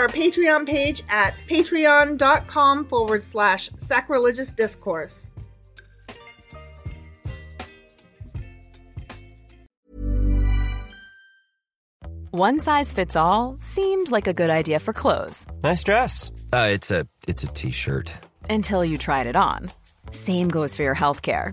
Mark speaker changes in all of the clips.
Speaker 1: our Patreon page at patreon.com forward slash sacrilegious discourse.
Speaker 2: One size fits all seemed like a good idea for clothes
Speaker 3: Nice dress. Uh, it's a it's a t-shirt.
Speaker 2: until you tried it on. Same goes for your healthcare.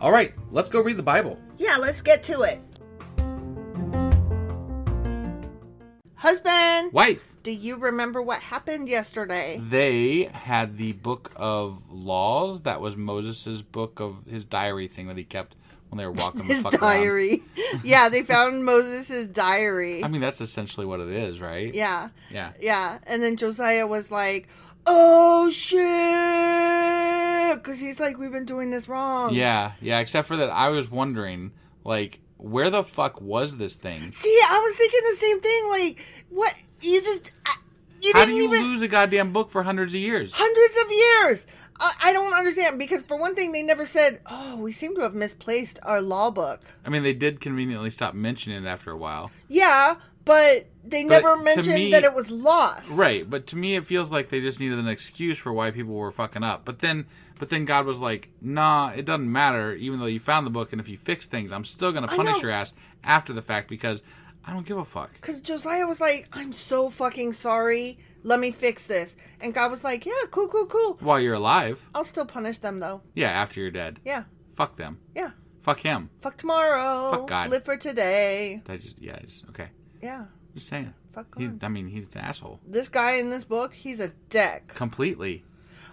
Speaker 4: All right, let's go read the Bible.
Speaker 1: Yeah, let's get to it. Husband,
Speaker 5: wife.
Speaker 1: do you remember what happened yesterday?
Speaker 5: Mm, They had the book of laws that was Moses' book of his diary thing that he kept when they were walking the
Speaker 1: His
Speaker 5: fuck around.
Speaker 1: diary. yeah, they found Moses' diary.
Speaker 5: I mean, that's essentially what it is, right?
Speaker 1: yeah,
Speaker 5: Yeah.
Speaker 1: yeah. And then Josiah was like, oh shit! Because he's like, we've been doing this wrong.
Speaker 5: Yeah. Yeah. Except for that, I was wondering, like, where the fuck was this thing?
Speaker 1: See, I was thinking the same thing. Like, what? You just. I, you
Speaker 5: How do
Speaker 1: didn't
Speaker 5: you
Speaker 1: even.
Speaker 5: lose a goddamn book for hundreds of years?
Speaker 1: hundreds of years. I, I don't understand because for one thing, they never said, "Oh, we seem to have misplaced our law book."
Speaker 5: I mean, they did conveniently stop mentioning it after a while.
Speaker 1: Yeah, but they
Speaker 5: But
Speaker 1: never
Speaker 5: to
Speaker 1: mentioned
Speaker 5: me-
Speaker 1: that it was lost.
Speaker 5: Right, but to me it feels like they just needed an excuse for why people were fucking up. But then but then God was like, "Nah, it doesn't matter even though you found the book and if you fix things, I'm still going
Speaker 1: I
Speaker 5: to punish
Speaker 1: know.
Speaker 5: your ass after the fact because I don't give a fuck."
Speaker 1: Because Josiah was like, "I'm so fucking sorry. Let me fix this," and God was like, "Yeah, cool, cool, cool.
Speaker 5: While you're alive,
Speaker 1: I'll still punish them though.
Speaker 5: yeah, after you're dead.
Speaker 1: Yeah,
Speaker 5: Fuck them.
Speaker 1: yeah.
Speaker 5: Fuck him.
Speaker 1: Fuck tomorrow.
Speaker 5: Fuck God.
Speaker 1: Live for today.
Speaker 5: Did I just yeah, I just okay.
Speaker 1: Yeah."
Speaker 5: Just saying.
Speaker 1: Fuck
Speaker 5: He,
Speaker 1: God.
Speaker 5: I mean, he's an asshole
Speaker 1: This guy in this book, he's a dick.
Speaker 5: completely.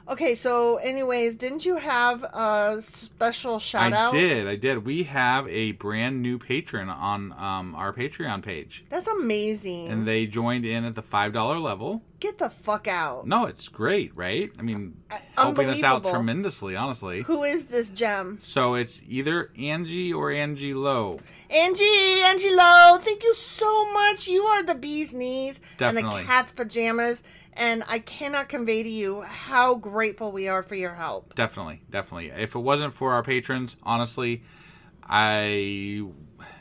Speaker 1: Okay, so anyways, didn't you have a special shout
Speaker 5: I
Speaker 1: out?
Speaker 5: did. I did. We have a brand new patron on um, our Patreon page,
Speaker 1: That's amazing.
Speaker 5: and they joined in at the five dollar level.
Speaker 1: Get the fuck out.
Speaker 5: No, it's great, right? I mean,
Speaker 1: Uh,
Speaker 5: helping us out
Speaker 1: unbelievable.
Speaker 5: tremendously, honestly.
Speaker 1: Who is this gem?
Speaker 5: So it's either Angie or Angie Lowe.
Speaker 1: Angie, Angie Lowe, thank you so much. You are the bee's knees and
Speaker 5: Definitely.
Speaker 1: the cat's pajamas. And I cannot convey to you how grateful we are for your help.
Speaker 5: Definitely, definitely. If it wasn't for our patrons, honestly, I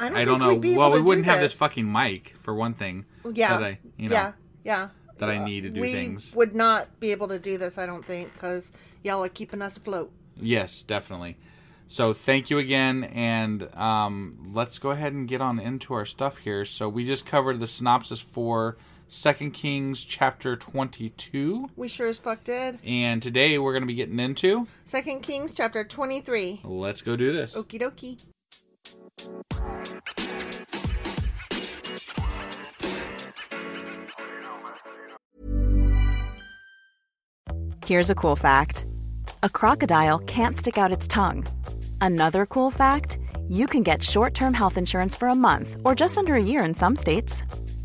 Speaker 1: I
Speaker 5: I
Speaker 1: don't, think
Speaker 5: don't know.
Speaker 1: We'd be
Speaker 5: Well,
Speaker 1: able
Speaker 5: we
Speaker 1: to do
Speaker 5: wouldn't have
Speaker 1: this
Speaker 5: this fucking mic for one thing.
Speaker 1: Yeah.
Speaker 5: That I, you know,
Speaker 1: yeah. Yeah.
Speaker 5: that I need to do
Speaker 1: we
Speaker 5: things.
Speaker 1: would not be able to do this, I don't think, because y'all are keeping us afloat.
Speaker 5: Yes, definitely. So thank you again, and um, let's go ahead and get on into our stuff here. So we just covered the synopsis for Second Kings chapter twenty-two,
Speaker 1: We sure as fuck did.
Speaker 5: and today we're going to be getting into.
Speaker 1: Second Kings chapter 23.
Speaker 5: Let's go do this.
Speaker 1: Okie dokie.
Speaker 2: Here's a cool fact a crocodile can't stick out its tongue. Another cool fact you can get short term health insurance for a month or just under a year in some states.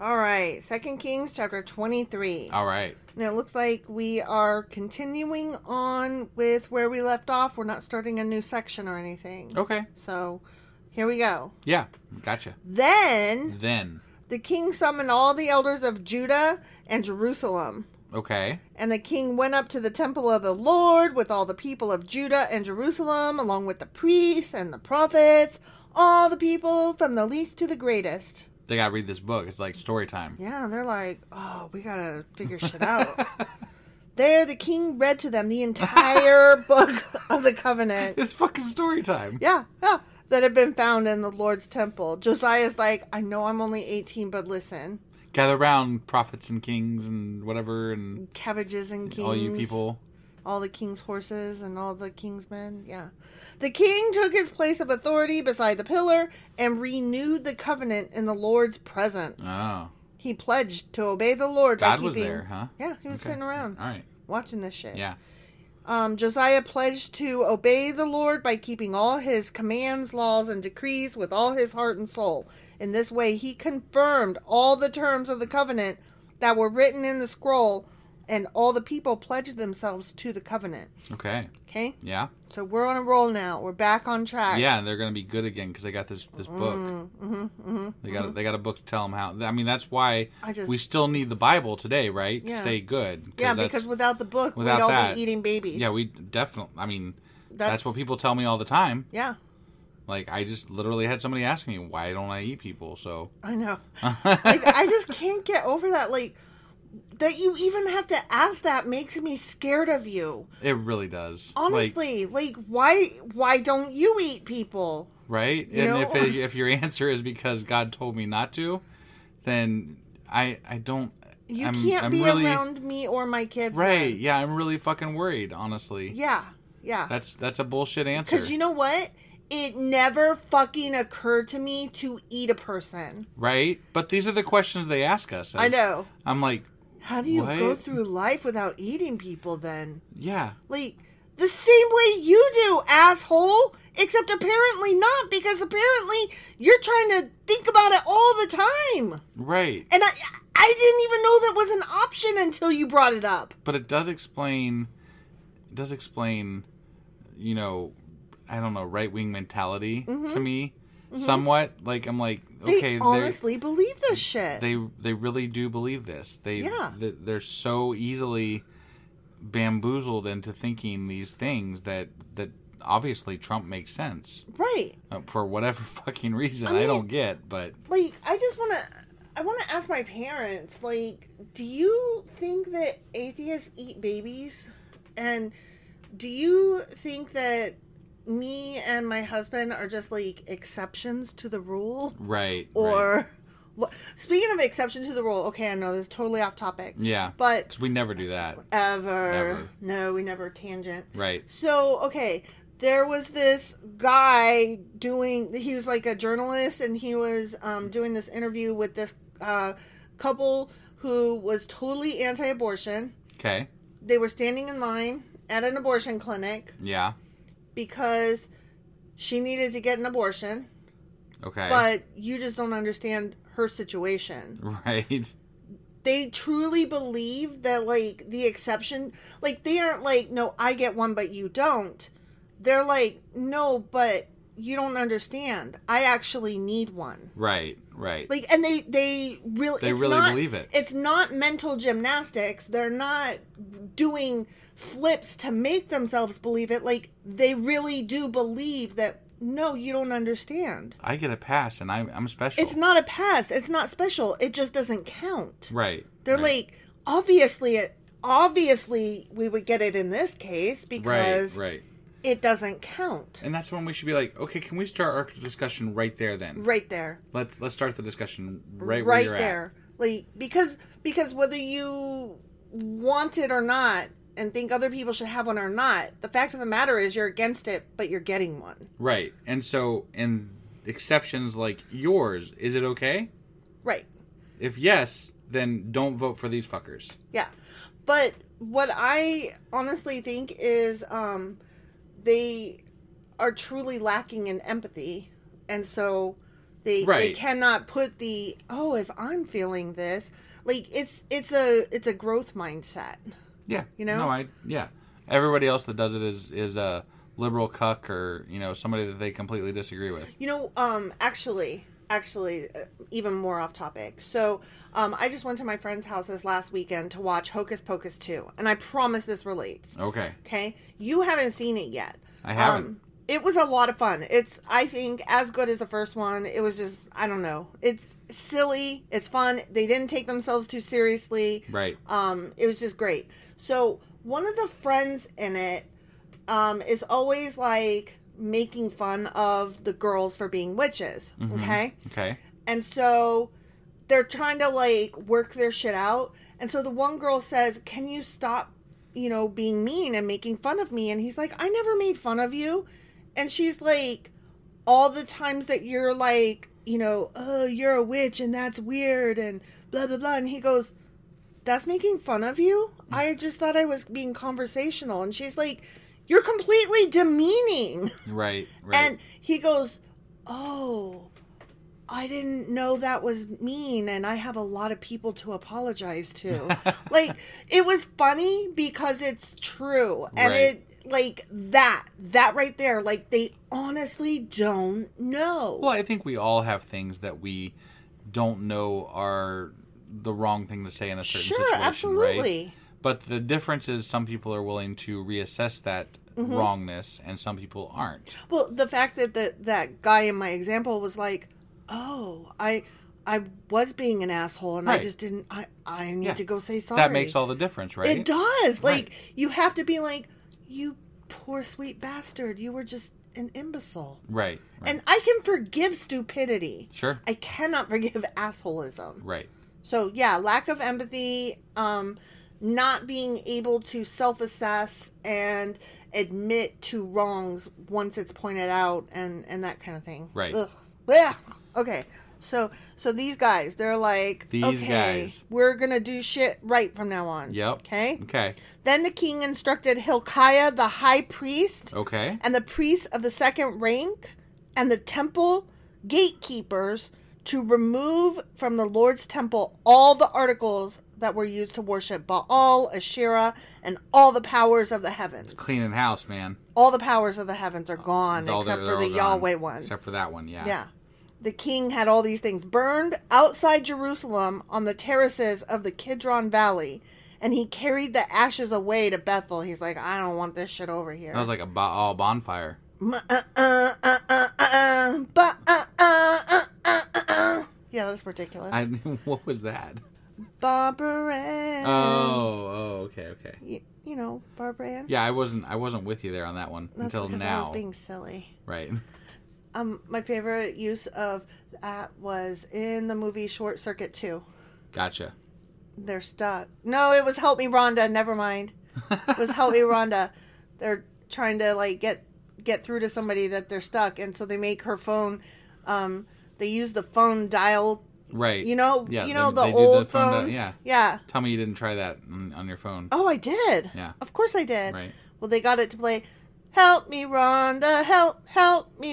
Speaker 1: All right. Second Kings chapter 23.
Speaker 5: All right.
Speaker 1: And it looks like we are continuing on with where we left off. We're not starting a new section or anything.
Speaker 5: Okay.
Speaker 1: So here we go.
Speaker 5: Yeah. Gotcha.
Speaker 1: Then
Speaker 5: Then.
Speaker 1: the king summoned all the elders of Judah and Jerusalem.
Speaker 5: Okay.
Speaker 1: And the king went up to the temple of the Lord with all the people of Judah and Jerusalem, along with the priests and the prophets, all the people from the least to the greatest.
Speaker 5: They gotta read this book. It's like story time.
Speaker 1: Yeah, they're like, oh, we gotta figure shit out. there, the king read to them the entire book of the covenant.
Speaker 5: It's fucking story time.
Speaker 1: Yeah, yeah, that had been found in the Lord's temple. Josiah's like, I know I'm only 18, but listen,
Speaker 5: Gather round, prophets and kings and whatever, and
Speaker 1: cabbages and kings.
Speaker 5: all you people.
Speaker 1: all the king's horses and all the king's men. Yeah. The king took his place of authority beside the pillar and renewed the covenant in the Lord's presence.
Speaker 5: Oh,
Speaker 1: He pledged to obey the Lord
Speaker 5: God
Speaker 1: by
Speaker 5: was
Speaker 1: keeping.
Speaker 5: there, huh?
Speaker 1: Yeah, he was
Speaker 5: Okay. Ah.
Speaker 1: sitting around
Speaker 5: all right.
Speaker 1: watching this shit.
Speaker 5: Yeah.
Speaker 1: Um, Josiah pledged to obey the Lord by keeping all his commands, laws, and decrees with all his heart and soul. In this way, he confirmed all the terms of the covenant that were written in the scroll, and all the people pledged themselves to the covenant.
Speaker 5: Okay.
Speaker 1: Okay?
Speaker 5: Yeah.
Speaker 1: So we're on a roll now. We're back on track.
Speaker 5: Yeah, and they're gonna be good again because they got this this book.
Speaker 1: Mm-hmm.
Speaker 5: they got they got a book to tell them how. I mean, that's why
Speaker 1: I just-
Speaker 5: we still need the Bible today, right?
Speaker 1: Yeah.
Speaker 5: To stay good. 'cause
Speaker 1: Yeah,
Speaker 5: that's-
Speaker 1: because without the book,
Speaker 5: without
Speaker 1: we'd all
Speaker 5: that-
Speaker 1: be eating babies.
Speaker 5: yeah, we definitely. I mean,
Speaker 1: That's-
Speaker 5: that's what people tell me all the time.
Speaker 1: Yeah,
Speaker 5: Like, I just literally had somebody ask me, "Why don't I eat people?" So
Speaker 1: I know. like, I just can't get over that. Like, that you even have to ask that makes me scared of you.
Speaker 5: it really does. Like,
Speaker 1: Honestly, like, why why don't you eat people?
Speaker 5: right?
Speaker 1: You
Speaker 5: and
Speaker 1: know?
Speaker 5: if it, if your answer is because God told me not to, then I I don't.
Speaker 1: You
Speaker 5: I'm-
Speaker 1: can't
Speaker 5: I'm
Speaker 1: be
Speaker 5: really,
Speaker 1: around me or my kids.
Speaker 5: Right?
Speaker 1: then.
Speaker 5: Yeah, I'm really fucking worried. Honestly,
Speaker 1: Yeah. Yeah.
Speaker 5: that's that's a bullshit answer.
Speaker 1: Because you know what? It never fucking occurred to me to eat a person.
Speaker 5: right? But these are the questions they ask us.
Speaker 1: I know.
Speaker 5: I'm like,
Speaker 1: How do you
Speaker 5: What?
Speaker 1: go through life without eating people then?
Speaker 5: yeah,
Speaker 1: Like, the same way you do, asshole! Except apparently not, because apparently you're trying to think about it all the time.
Speaker 5: right.
Speaker 1: And I, I didn't even know that was an option until you brought it up.
Speaker 5: But it does explain, it does explain, you know, I don't know, right wing mentality to me somewhat. Like I'm like
Speaker 1: Mm-hmm. They
Speaker 5: okay, they're-
Speaker 1: honestly believe this shit.
Speaker 5: they they really do believe this. They
Speaker 1: Yeah.
Speaker 5: th- they're so easily bamboozled into thinking these things that that obviously Trump makes sense
Speaker 1: right.
Speaker 5: uh, for whatever fucking reason
Speaker 1: I
Speaker 5: I,
Speaker 1: mean-
Speaker 5: don't get, but
Speaker 1: Like, I just want to. I want to ask my parents, like, do you think that atheists eat babies? And do you think that me and my husband are just, like, exceptions to the rule?
Speaker 5: right
Speaker 1: Or. Wha- Speaking of exception to the rule, okay, I know this is totally off topic.
Speaker 5: yeah,
Speaker 1: But
Speaker 5: 'Cause we never do that,
Speaker 1: ever.
Speaker 5: Ever.
Speaker 1: No, we never tangent.
Speaker 5: right?
Speaker 1: So, okay, there was this guy doing, he was like a journalist and he was um, doing this interview with this uh, couple who was totally anti abortion.
Speaker 5: Okay,
Speaker 1: They were standing in line at an abortion clinic
Speaker 5: yeah,
Speaker 1: because she needed to get an abortion,
Speaker 5: okay,
Speaker 1: but you just don't understand her situation.
Speaker 5: right,
Speaker 1: they truly believe that like the exception like they aren't like no i get one but you don't they're like no but you don't understand i actually need one
Speaker 5: right, right,
Speaker 1: like and they they really
Speaker 5: They
Speaker 1: it's
Speaker 5: really
Speaker 1: not-
Speaker 5: believe it.
Speaker 1: it's not mental gymnastics they're not doing flips to make themselves believe it like they really do believe that no you don't understand
Speaker 5: I get a pass, and I'm I'm special.
Speaker 1: it's not a pass it's not special it just doesn't count
Speaker 5: right.
Speaker 1: they're
Speaker 5: right.
Speaker 1: like, obviously, it, obviously, we would get it in this case because
Speaker 5: right, right,
Speaker 1: it doesn't count.
Speaker 5: and that's when we should be like, okay, can we start our discussion right there then?
Speaker 1: right there,
Speaker 5: Let's let's start the discussion right, where
Speaker 1: right
Speaker 5: you're at.
Speaker 1: there, like because because whether you want it or not, and think other people should have one or not, the fact of the matter is you're against it, but you're getting one.
Speaker 5: Right. And so in exceptions like yours, is it okay?
Speaker 1: Right.
Speaker 5: If yes, then don't vote for these fuckers.
Speaker 1: Yeah. But what I honestly think is um they are truly lacking in empathy and so they they
Speaker 5: Right.
Speaker 1: cannot put the oh if I'm feeling this like it's it's a it's a growth mindset.
Speaker 5: Yeah.
Speaker 1: You know?
Speaker 5: No, I yeah. Everybody else that does it is is a liberal cuck or, you know, somebody that they completely disagree with.
Speaker 1: You know, um, actually, actually, uh, even more off topic. So, um, I just went to my friend's house this last weekend to watch Hocus Pocus 2, and I promise this relates.
Speaker 5: Okay.
Speaker 1: Okay, you haven't seen it yet. Um,
Speaker 5: I haven't.
Speaker 1: it was a lot of fun. It's I think as good as the first one. It was just I don't know. It's silly. It's fun. They didn't take themselves too seriously.
Speaker 5: Right.
Speaker 1: Um, it was just great. So one of the friends in it um, is always like making fun of the girls for being witches.
Speaker 5: Mm-hmm.
Speaker 1: Okay.
Speaker 5: Okay.
Speaker 1: And so they're trying to like work their shit out. And so the one girl says, Can you stop, you know, being mean and making fun of me? And he's like, I never made fun of you. And she's like, All the times that you're like, you know, oh, you're a witch and that's weird and blah, blah, blah. And he goes, That's making fun of you? I just thought I was being conversational. And she's like, You're completely demeaning.
Speaker 5: Right. Right.
Speaker 1: And he goes, Oh, I didn't know that was mean, and I have a lot of people to apologize to. like, it was funny because it's true. And
Speaker 5: Right.
Speaker 1: it, like, that, that right there, like, they honestly don't know.
Speaker 5: well, I think we all have things that we don't know are the wrong thing to say in a certain
Speaker 1: Sure,
Speaker 5: situation, right?
Speaker 1: absolutely.
Speaker 5: But the difference is some people are willing to reassess that
Speaker 1: Mm-hmm.
Speaker 5: wrongness and some people aren't.
Speaker 1: Well, the fact that the, that guy in my example was like, "Oh, I I was being an asshole, and I
Speaker 5: Right.
Speaker 1: just didn't. I I need
Speaker 5: Yeah.
Speaker 1: to go say sorry."
Speaker 5: That makes all the difference, right?
Speaker 1: It does. Like
Speaker 5: Right.
Speaker 1: you have to be like, you poor sweet bastard. You were just an imbecile.
Speaker 5: Right. right.
Speaker 1: And I can forgive stupidity.
Speaker 5: Sure.
Speaker 1: I cannot forgive assholism.
Speaker 5: right.
Speaker 1: So yeah, lack of empathy, um, not being able to self-assess and admit to wrongs once it's pointed out, and and that kind of thing.
Speaker 5: Right.
Speaker 1: Ugh. Blech. Okay. So so these guys, they're like,
Speaker 5: These
Speaker 1: okay,
Speaker 5: guys.
Speaker 1: we're gonna do shit right from now on.
Speaker 5: Yep.
Speaker 1: Okay.
Speaker 5: Okay.
Speaker 1: Then the king instructed Hilkiah the high priest
Speaker 5: Okay.
Speaker 1: and the priests of the second rank and the temple gatekeepers to remove from the Lord's temple all the articles that were used to worship Baal, Asherah, and all the powers of the heavens.
Speaker 5: Cleaning house, man.
Speaker 1: All the powers of the heavens are gone
Speaker 5: All-
Speaker 1: except
Speaker 5: they're-
Speaker 1: for
Speaker 5: they're
Speaker 1: the
Speaker 5: all gone.
Speaker 1: Yahweh one.
Speaker 5: Except for that one, yeah.
Speaker 1: yeah. the king had all these things burned outside Jerusalem on the terraces of the Kidron Valley. And he carried the ashes away to Bethel. He's like, I don't want this shit over here.
Speaker 5: That was like a bo- all bonfire.
Speaker 1: M- uh, uh, uh, uh, uh, uh, ba- uh, uh, uh, uh, uh, uh. Yeah, that's ridiculous.
Speaker 5: I what was that?
Speaker 1: Barbara
Speaker 5: Oh,
Speaker 1: Um,
Speaker 5: oh, okay, okay.
Speaker 1: Y- you know, Barbara Ann.
Speaker 5: Yeah, I wasn't I wasn't with you there on that one
Speaker 1: That's
Speaker 5: until
Speaker 1: because I
Speaker 5: now.
Speaker 1: was being silly.
Speaker 5: Right.
Speaker 1: Um, my favorite use of that was in the movie Short Circuit 2.
Speaker 5: Gotcha.
Speaker 1: They're stuck. No, it was Help Me Rhonda. Never mind. It was Help Me Rhonda. They're trying to like get get through to somebody that they're stuck, and so they make her phone. Um, they use the phone dial.
Speaker 5: Right.
Speaker 1: You know,
Speaker 5: Yeah,
Speaker 1: you know
Speaker 5: they- they
Speaker 1: the
Speaker 5: do the
Speaker 1: old
Speaker 5: phone dial-
Speaker 1: phones.
Speaker 5: yeah.
Speaker 1: yeah.
Speaker 5: Tell me you didn't try that on, on your phone.
Speaker 1: Oh, I did.
Speaker 5: Yeah.
Speaker 1: Of course I did.
Speaker 5: Right.
Speaker 1: Well, they got it to play Help Me Rhonda, help, help me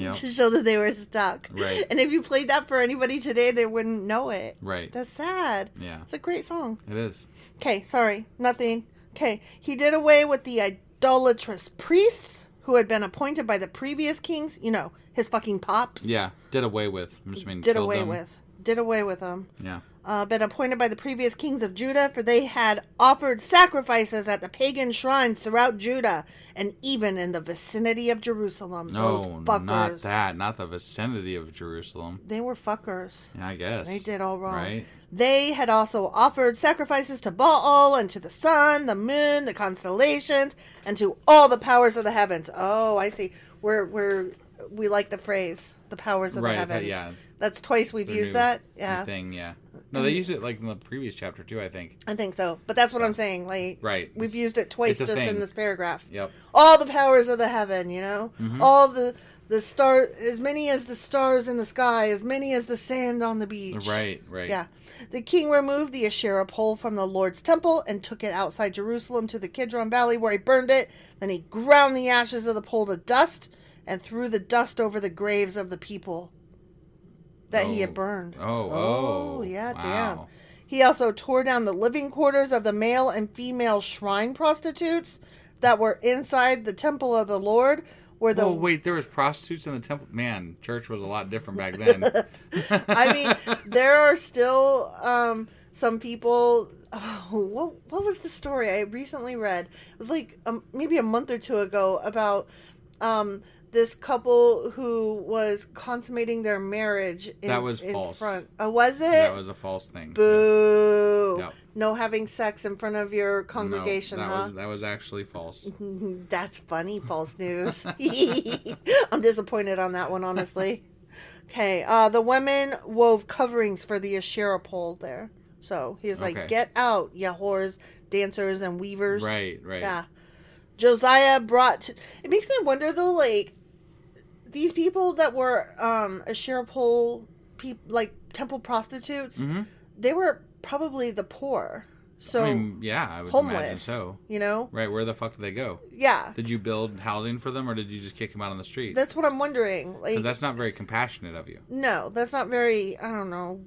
Speaker 5: Yep.
Speaker 1: to show that they were stuck.
Speaker 5: Right.
Speaker 1: And if you played that for anybody today, they wouldn't know it.
Speaker 5: Right.
Speaker 1: That's sad.
Speaker 5: Yeah.
Speaker 1: It's a great song.
Speaker 5: It is.
Speaker 1: Okay, sorry. Nothing. Okay. He did away with the idolatrous priests who had been appointed by the previous kings, you know, his fucking pops.
Speaker 5: Yeah. Did away with. I just mean
Speaker 1: Did
Speaker 5: killed
Speaker 1: away
Speaker 5: them.
Speaker 1: with. Did away with them
Speaker 5: Yeah.
Speaker 1: uh, been appointed by the previous kings of Judah, for they had offered sacrifices at the pagan shrines throughout Judah and even in the vicinity of Jerusalem. Those
Speaker 5: No,
Speaker 1: fuckers.
Speaker 5: not that. Not the vicinity of Jerusalem.
Speaker 1: They were fuckers.
Speaker 5: Yeah, I guess.
Speaker 1: They did all wrong.
Speaker 5: Right.
Speaker 1: They had also offered sacrifices to Baal and to the sun, the moon, the constellations, and to all the powers of the heavens. Oh, I see. We're we're we like the phrase the powers of
Speaker 5: Right,
Speaker 1: the
Speaker 5: that-
Speaker 1: heavens.
Speaker 5: yeah, it's
Speaker 1: That's twice we've
Speaker 5: Their
Speaker 1: used
Speaker 5: new-
Speaker 1: that.
Speaker 5: new
Speaker 1: Yeah.
Speaker 5: Thing, yeah. No, they used it like in the previous chapter too, I think.
Speaker 1: I think so. But that's what I'm saying. Like,
Speaker 5: Right.
Speaker 1: We've
Speaker 5: It's-
Speaker 1: used it twice
Speaker 5: it's a
Speaker 1: just in
Speaker 5: thing.
Speaker 1: this paragraph.
Speaker 5: Yep. Mm-hmm.
Speaker 1: All the powers of the heaven, you know, all the the star, as many as the stars in the sky, as many as the sand on the beach.
Speaker 5: Right, right.
Speaker 1: Yeah. The king removed the Asherah pole from the Lord's temple and took it outside Jerusalem to the Kidron Valley where he burned it. Then he ground the ashes of the pole to dust and threw the dust over the graves of the people that he
Speaker 5: Oh.
Speaker 1: had burned.
Speaker 5: Oh, oh,
Speaker 1: yeah, damn.
Speaker 5: wow.
Speaker 1: He also tore down the living quarters of the male and female shrine prostitutes that were inside the temple of the Lord, where the
Speaker 5: Oh wait, there was prostitutes in the temple. Man, church was a lot different back then.
Speaker 1: I mean, there are still um, some people. Oh, what what was the story I recently read? It was like um, maybe a month or two ago about um, this couple who was consummating their marriage. In,
Speaker 5: That was
Speaker 1: in
Speaker 5: false.
Speaker 1: Front. Oh, was it?
Speaker 5: that was a false thing. Yes.
Speaker 1: Boo!
Speaker 5: Yep.
Speaker 1: No having sex in front of your
Speaker 5: No,
Speaker 1: congregation,
Speaker 5: that
Speaker 1: huh? Mm-hmm.
Speaker 5: was that was actually false.
Speaker 1: That's funny, false news. I'm disappointed on that one, honestly. Okay, uh, the women wove coverings for the Asherah pole there. So he's like,
Speaker 5: Okay.
Speaker 1: get out, you whores, dancers, and weavers.
Speaker 5: Right, right.
Speaker 1: Yeah. Josiah brought. It makes me wonder, though, like, these people that were um, Asherah pole, peop like temple prostitutes, they were probably the poor. So
Speaker 5: Mm-hmm. I mean, yeah, I would imagine
Speaker 1: homeless.
Speaker 5: so.
Speaker 1: You know?
Speaker 5: Right, where the fuck do they go?
Speaker 1: Yeah.
Speaker 5: Did you build housing for them, or did you just kick them out on the street?
Speaker 1: That's what I'm wondering.
Speaker 5: 'Cause
Speaker 1: Like,
Speaker 5: that's not very compassionate of you.
Speaker 1: no, that's not very. I don't know,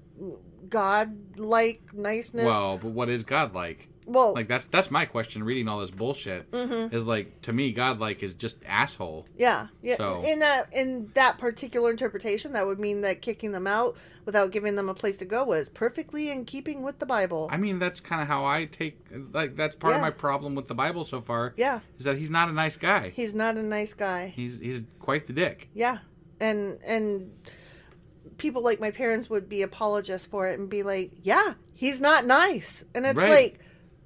Speaker 1: god-like niceness.
Speaker 5: Well, but what is God like?
Speaker 1: well,
Speaker 5: Like that's that's my question. Reading all this bullshit
Speaker 1: Mm-hmm.
Speaker 5: is like to me, God like is just asshole.
Speaker 1: yeah, yeah.
Speaker 5: so-
Speaker 1: In that in that particular interpretation, that would mean that kicking them out without giving them a place to go was perfectly in keeping with the Bible.
Speaker 5: I mean, that's kind of how I take. Like that's part
Speaker 1: Oh.
Speaker 5: of
Speaker 1: Yeah.
Speaker 5: my problem with the Bible so far.
Speaker 1: Yeah.
Speaker 5: is that he's not a nice guy.
Speaker 1: He's not a nice guy.
Speaker 5: He's he's quite the dick.
Speaker 1: Yeah, and and people like my parents would be apologists for it and be like, "Yeah, he's not nice," and it's
Speaker 5: Right.
Speaker 1: like,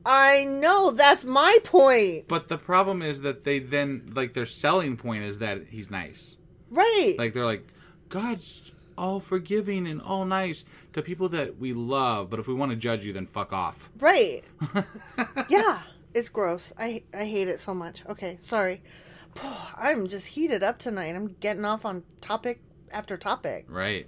Speaker 1: I know that's my point,
Speaker 5: But the problem is that they then like their selling point is that he's nice.
Speaker 1: right?
Speaker 5: Like they're like, God's all forgiving and all nice to people that we love, but if we want to judge you, then fuck off.
Speaker 1: Right. yeah, it's gross. I I hate it so much. Okay, sorry. I'm just heated up tonight. I'm getting off on topic after topic.
Speaker 5: Right.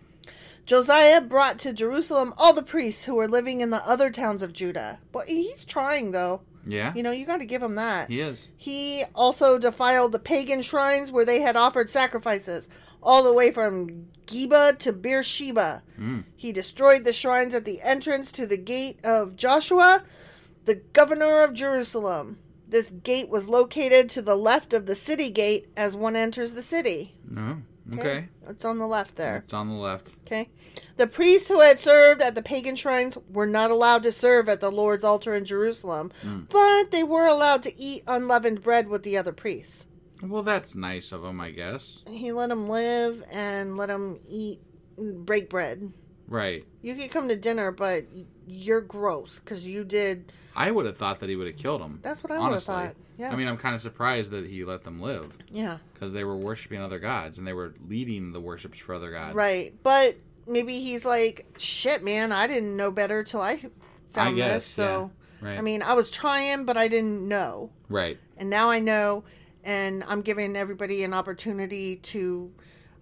Speaker 1: Josiah brought to Jerusalem all the priests who were living in the other towns of Judah. But he's trying though.
Speaker 5: Yeah.
Speaker 1: You know, you got to give him that.
Speaker 5: he is.
Speaker 1: He also defiled the pagan shrines where they had offered sacrifices, all the way from Geba to Beersheba.
Speaker 5: Mm.
Speaker 1: He destroyed the shrines at the entrance to the gate of Joshua, the governor of Jerusalem. This gate was located to the left of the city gate as one enters the city.
Speaker 5: No. Okay.
Speaker 1: It's on the left there.
Speaker 5: It's on the left.
Speaker 1: Okay. The priests who had served at the pagan shrines were not allowed to serve at the Lord's altar in Jerusalem,
Speaker 5: Mm.
Speaker 1: but they were allowed to eat unleavened bread with the other priests.
Speaker 5: Well, that's nice of him, I guess.
Speaker 1: He let them live and let them eat, break bread.
Speaker 5: Right.
Speaker 1: You could come to dinner, but you're gross because you did.
Speaker 5: I would have thought that he would have killed him.
Speaker 1: That's what I would have thought. Yeah.
Speaker 5: I mean, I'm kind of surprised that he let them live
Speaker 1: Yeah.
Speaker 5: because they were worshiping other gods and they were leading the worships for other gods.
Speaker 1: Right. But maybe he's like, shit, man, I didn't know better till I found
Speaker 5: guess,
Speaker 1: this. So,
Speaker 5: yeah. Right.
Speaker 1: I mean, I was trying, but I didn't know.
Speaker 5: Right.
Speaker 1: And now I know, and I'm giving everybody an opportunity to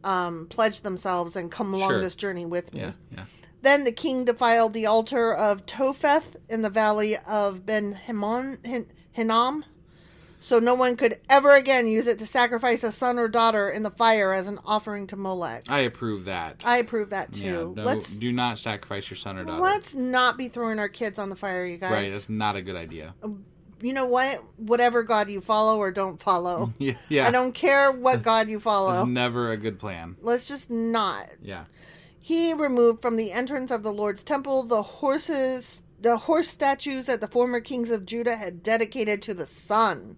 Speaker 1: um, pledge themselves and come along
Speaker 5: Sure.
Speaker 1: this journey with me.
Speaker 5: Yeah. Yeah.
Speaker 1: Then the king defiled the altar of Topheth in the valley of Ben Hinnom, Hinnom, so no one could ever again use it to sacrifice a son or daughter in the fire as an offering to Molech.
Speaker 5: I approve that.
Speaker 1: I approve that
Speaker 5: yeah,
Speaker 1: too.
Speaker 5: no,
Speaker 1: let's
Speaker 5: do not sacrifice your son or daughter.
Speaker 1: let's not be throwing our kids on the fire, you guys. Um,
Speaker 5: Right. That's not a good idea.
Speaker 1: You know what? Whatever God you follow or don't follow,
Speaker 5: Yeah. yeah.
Speaker 1: I don't care what God you follow.
Speaker 5: That's never a good plan.
Speaker 1: Let's just not.
Speaker 5: Yeah.
Speaker 1: He removed from the entrance of the Lord's temple the horses, the horse statues that the former kings of Judah had dedicated to the sun.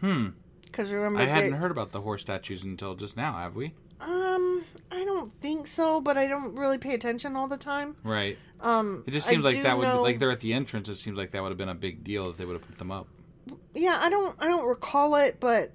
Speaker 1: Hmm. Because remember,
Speaker 5: I hadn't
Speaker 1: they-
Speaker 5: heard about the horse statues until just now, have we?
Speaker 1: Um, I don't think so, but I don't really pay attention all the time.
Speaker 5: Right.
Speaker 1: Um,
Speaker 5: It just
Speaker 1: I
Speaker 5: seemed like
Speaker 1: do
Speaker 5: that would
Speaker 1: know-
Speaker 5: like they're at the entrance. It seemed like that would have been a big deal if they would have put them up.
Speaker 1: Yeah, I don't, I don't recall it, but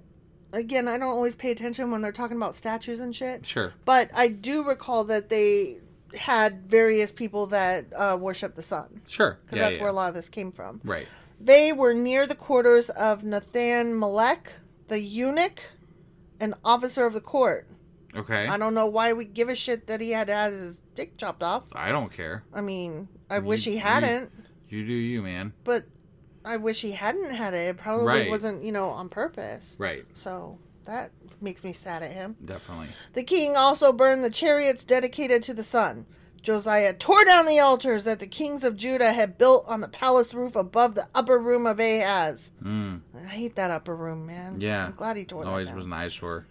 Speaker 1: again, I don't always pay attention when they're talking about statues and shit.
Speaker 5: Sure.
Speaker 1: But I do recall that they had various people that uh, worship the sun.
Speaker 5: Sure.
Speaker 1: Because that's where a lot of this came from.
Speaker 5: Right.
Speaker 1: They were near the quarters of Nathan Melech, the eunuch, an officer of the court.
Speaker 5: Okay.
Speaker 1: I don't know why we give a shit that he had to have his dick chopped off.
Speaker 5: I don't care.
Speaker 1: I mean, I wish he hadn't,
Speaker 5: You do you, man.
Speaker 1: but I wish he hadn't had it. It probably
Speaker 5: Right.
Speaker 1: wasn't, you know, on purpose.
Speaker 5: Right.
Speaker 1: So that makes me sad at him.
Speaker 5: Definitely.
Speaker 1: The king also burned the chariots dedicated to the sun. Josiah tore down the altars that the kings of Judah had built on the palace roof above the upper room of Ahaz. I hate that upper room, man.
Speaker 5: Mm, Yeah.
Speaker 1: I'm glad he tore that
Speaker 5: Always
Speaker 1: down. Mm,
Speaker 5: was an eyesore.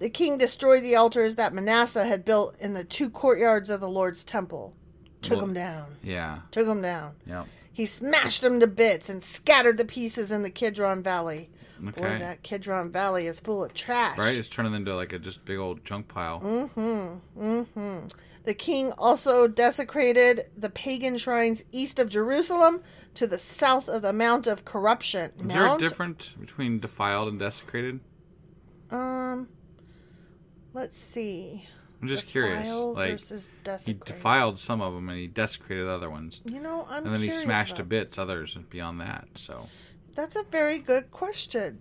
Speaker 1: The king destroyed the altars that Manasseh had built in the two courtyards of the Lord's temple. Took
Speaker 5: Well-
Speaker 1: them down.
Speaker 5: Yeah.
Speaker 1: Took them down.
Speaker 5: Yeah.
Speaker 1: He smashed them to bits and scattered the pieces in the Kidron Valley. Boy,
Speaker 5: Okay.
Speaker 1: that Kidron Valley is full of trash.
Speaker 5: Right. It's turning into like a just big old junk pile.
Speaker 1: Mm-hmm, The king also desecrated the pagan shrines east of Jerusalem to the south of the Mount of Corruption.
Speaker 5: Is there a
Speaker 1: Mount?
Speaker 5: difference between defiled and desecrated?
Speaker 1: um, let's see.
Speaker 5: I'm just
Speaker 1: Defile
Speaker 5: curious. Like
Speaker 1: versus
Speaker 5: he
Speaker 1: desecrate.
Speaker 5: defiled some of them and he desecrated other ones,
Speaker 1: You know, I'm.
Speaker 5: and then he
Speaker 1: curious
Speaker 5: smashed to
Speaker 1: about-
Speaker 5: bits others beyond that. So
Speaker 1: That's a very good question.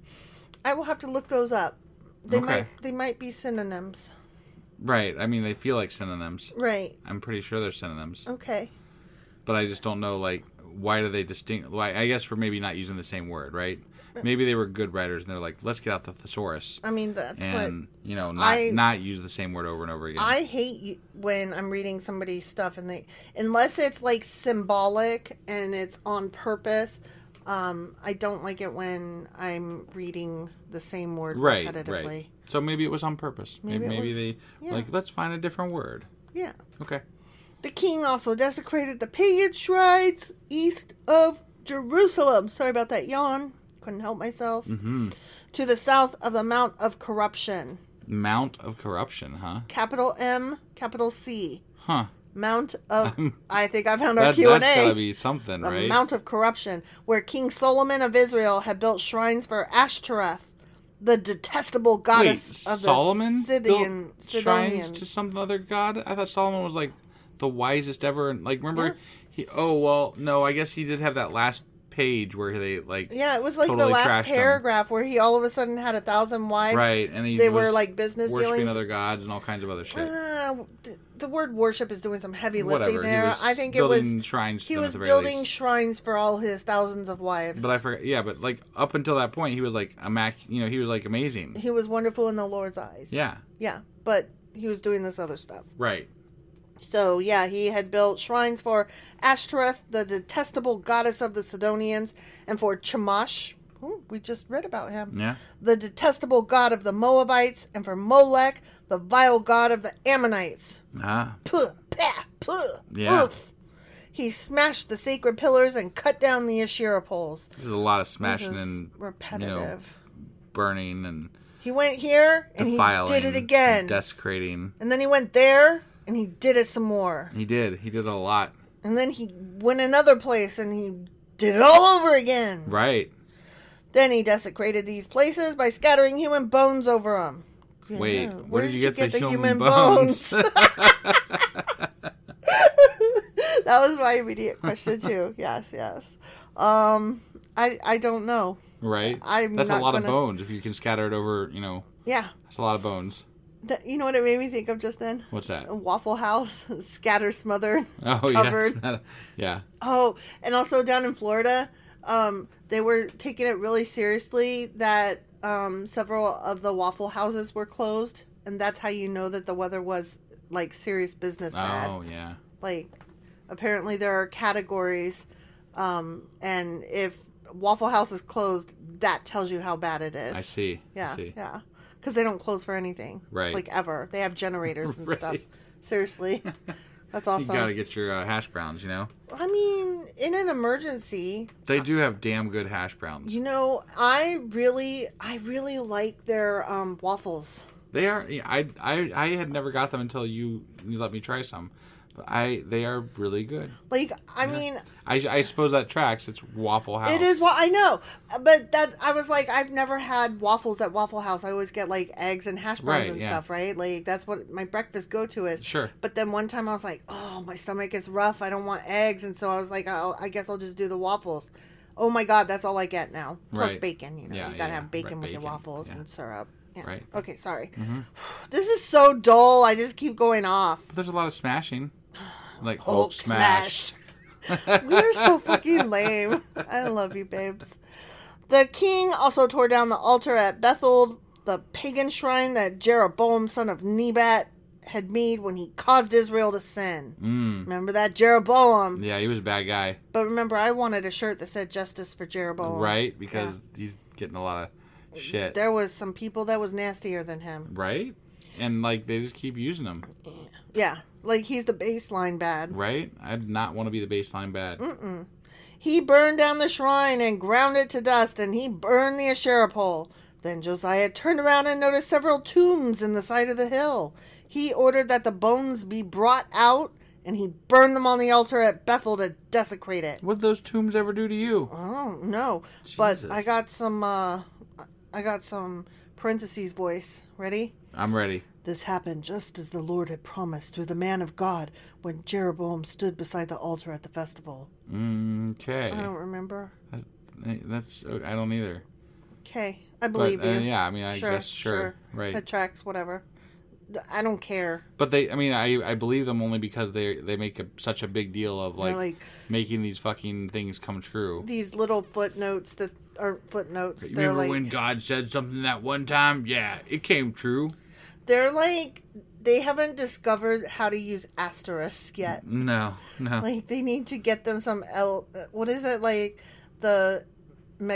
Speaker 1: I will have to look those up. They
Speaker 5: Okay.
Speaker 1: might they might be synonyms.
Speaker 5: right. I mean, they feel like synonyms.
Speaker 1: Right.
Speaker 5: I'm pretty sure they're synonyms,
Speaker 1: Okay.
Speaker 5: but I just don't know like why do they distinct? Why I guess for maybe not using the same word, right? Maybe they were good writers and they're like, let's get out the thesaurus
Speaker 1: I mean Um, that's what
Speaker 5: and you know not
Speaker 1: I-
Speaker 5: not use the same word over and over again.
Speaker 1: I hate you- when I'm reading somebody's stuff and they, unless it's like symbolic and it's on purpose, um, I don't like it when I'm reading the same word
Speaker 5: right,
Speaker 1: repetitively.
Speaker 5: right. So maybe it was on purpose. Maybe
Speaker 1: it
Speaker 5: maybe,
Speaker 1: was-
Speaker 5: they
Speaker 1: yeah.
Speaker 5: like let's find a different word.
Speaker 1: Yeah.
Speaker 5: Okay.
Speaker 1: The king also desecrated the pagan shrines east of Jerusalem. Sorry about that yawn. Couldn't help myself. Mm-hmm. To the south of the Mount of Corruption.
Speaker 5: Mount of corruption, huh?
Speaker 1: Capital M, capital C.
Speaker 5: Huh.
Speaker 1: Mount of. I think I found our
Speaker 5: That,
Speaker 1: Q and A.
Speaker 5: that's gotta be something,
Speaker 1: the
Speaker 5: right?
Speaker 1: Mount of Corruption, where King Solomon of Israel had built shrines for Ashtoreth, the detestable
Speaker 5: Wait,
Speaker 1: goddess of the
Speaker 5: Solomon
Speaker 1: Sidon,
Speaker 5: built shrines
Speaker 1: Sidonians.
Speaker 5: to some other god? I thought Solomon was like the wisest ever. And like, remember, he? Oh well, no, I guess he did have that last page where they like.
Speaker 1: yeah, it was like
Speaker 5: totally
Speaker 1: the
Speaker 5: trashed
Speaker 1: last
Speaker 5: 'em.
Speaker 1: paragraph where he all of a sudden had a thousand wives.
Speaker 5: Right, and he
Speaker 1: they were
Speaker 5: was
Speaker 1: like business
Speaker 5: worshiping
Speaker 1: dealings.
Speaker 5: other gods and all kinds of other shit.
Speaker 1: Ah, the, the word worship is doing some heavy lifting
Speaker 5: Whatever, he
Speaker 1: there.
Speaker 5: was
Speaker 1: I think it
Speaker 5: building
Speaker 1: was
Speaker 5: shrines to
Speaker 1: He
Speaker 5: them at
Speaker 1: was
Speaker 5: the very
Speaker 1: building
Speaker 5: least.
Speaker 1: shrines for all his thousands of wives.
Speaker 5: but I forgot. Yeah, but like up until that point, he was like a mac. You know, he was like amazing.
Speaker 1: he was wonderful in the Lord's eyes.
Speaker 5: Yeah.
Speaker 1: yeah, but he was doing this other stuff.
Speaker 5: Right.
Speaker 1: So yeah, he had built shrines for Ashtoreth, the detestable goddess of the Sidonians, and for Chemosh, who we just read about him,
Speaker 5: Yeah.
Speaker 1: the detestable god of the Moabites, and for Molech, the vile god of the Ammonites.
Speaker 5: Ah.
Speaker 1: Puh, pah, puh,
Speaker 5: Yeah.
Speaker 1: oof. He smashed the sacred pillars and cut down the Asherah poles.
Speaker 5: There's a lot of smashing
Speaker 1: This is
Speaker 5: and you know,
Speaker 1: repetitive.
Speaker 5: burning and
Speaker 1: He went here and
Speaker 5: defiling,
Speaker 1: he did it again.
Speaker 5: and desecrating.
Speaker 1: and then he went there and he did it some more.
Speaker 5: He did. He did a lot.
Speaker 1: And then he went another place and he did it all over again.
Speaker 5: Right.
Speaker 1: Then he desecrated these places by scattering human bones over them.
Speaker 5: Wait, where, did you get, the, human, bones?
Speaker 1: that was my immediate question too. Yes, yes. Um, I I don't know.
Speaker 5: right.
Speaker 1: I'm
Speaker 5: that's a
Speaker 1: not
Speaker 5: lot of
Speaker 1: gonna-
Speaker 5: bones. If you can scatter it over, you know,
Speaker 1: Yeah,
Speaker 5: that's a lot of bones.
Speaker 1: that, you know what it made me think of just then?
Speaker 5: What's that?
Speaker 1: A Waffle House, scatter, smother,
Speaker 5: Oh
Speaker 1: covered.
Speaker 5: yeah. yeah.
Speaker 1: Oh, and also down in Florida, um, they were taking it really seriously that um, several of the waffle houses were closed, and that's how you know that the weather was like serious business bad.
Speaker 5: Oh yeah.
Speaker 1: Like, apparently there are categories, um, and if Waffle House is closed, that tells you how bad it is.
Speaker 5: I see.
Speaker 1: Yeah,
Speaker 5: I see.
Speaker 1: yeah, because they don't close for anything,
Speaker 5: Right.
Speaker 1: Like ever, they have generators and stuff.
Speaker 5: Right.
Speaker 1: Seriously, that's
Speaker 5: You
Speaker 1: awesome.
Speaker 5: gotta get your uh, hash browns. You know,
Speaker 1: I mean, in an emergency,
Speaker 5: they do have damn good hash browns.
Speaker 1: you know, I really, I really like their um, waffles.
Speaker 5: They are. yeah, I I I had never got them until you you let me try some. But I they are really good.
Speaker 1: Like, I mean,
Speaker 5: I I suppose that tracks. It's Waffle House.
Speaker 1: it is what I know, but that I was like, I've never had waffles at Waffle House. I always get like eggs and hash browns
Speaker 5: Right,
Speaker 1: and
Speaker 5: yeah.
Speaker 1: stuff, right? Like that's what my breakfast go to is.
Speaker 5: Sure.
Speaker 1: But then one time I was like, oh, my stomach is rough. I don't want eggs, and so I was like, I'll, I guess I'll just do the waffles. Oh my god, that's all I get now. Plus
Speaker 5: Right.
Speaker 1: bacon, you know,
Speaker 5: Yeah,
Speaker 1: you gotta
Speaker 5: yeah,
Speaker 1: have bacon
Speaker 5: right,
Speaker 1: with your
Speaker 5: bacon,
Speaker 1: waffles
Speaker 5: yeah.
Speaker 1: and syrup. Yeah.
Speaker 5: Right. Mm-hmm.
Speaker 1: Okay, sorry. This is so dull. I just keep going off.
Speaker 5: There's a lot of smashing, like
Speaker 1: Hulk
Speaker 5: Hulk smash.
Speaker 1: We're so fucking lame. I love you, babes. The king also tore down the altar at Bethel, the pagan shrine that Jeroboam, son of Nebat, had made when he caused Israel to sin. Mm. Remember that Jeroboam?
Speaker 5: Yeah, he was a bad guy,
Speaker 1: But remember, I wanted a shirt that said "Justice for Jeroboam."
Speaker 5: right? Because he's getting a lot of shit,
Speaker 1: There was some people that was nastier than him.
Speaker 5: right? And like they just keep using him,
Speaker 1: Yeah, like he's the baseline bad.
Speaker 5: right? I did not want to be the baseline bad.
Speaker 1: Mm. He burned down the shrine and ground it to dust, and he burned the Asherah pole. Then Josiah turned around and noticed several tombs in the side of the hill. He ordered that the bones be brought out, and he burned them on the altar at Bethel to desecrate it.
Speaker 5: What did those tombs ever do to you?
Speaker 1: I don't know, but I
Speaker 5: Jesus.
Speaker 1: got some. Uh, I got some parentheses voice. Ready?
Speaker 5: I'm ready.
Speaker 1: This happened just as the Lord had promised through the man of God when Jeroboam stood beside the altar at the festival.
Speaker 5: Mm, Okay,
Speaker 1: I don't remember.
Speaker 5: that's I don't either.
Speaker 1: Okay, I
Speaker 5: But
Speaker 1: believe
Speaker 5: uh,
Speaker 1: you.
Speaker 5: yeah, I mean, I guess sure, right?
Speaker 1: That tracks, whatever. I don't care.
Speaker 5: But they, I mean, I, I believe them only because they they make a, such a big deal of like,
Speaker 1: like-
Speaker 5: making these fucking things come true.
Speaker 1: These little footnotes that aren't footnotes.
Speaker 5: You
Speaker 1: They're
Speaker 5: remember
Speaker 1: like
Speaker 5: when God said something that one time? Yeah, it came true.
Speaker 1: they're like they haven't discovered how to use asterisks yet.
Speaker 5: No, no.
Speaker 1: Like they need to get them some L. What is it like the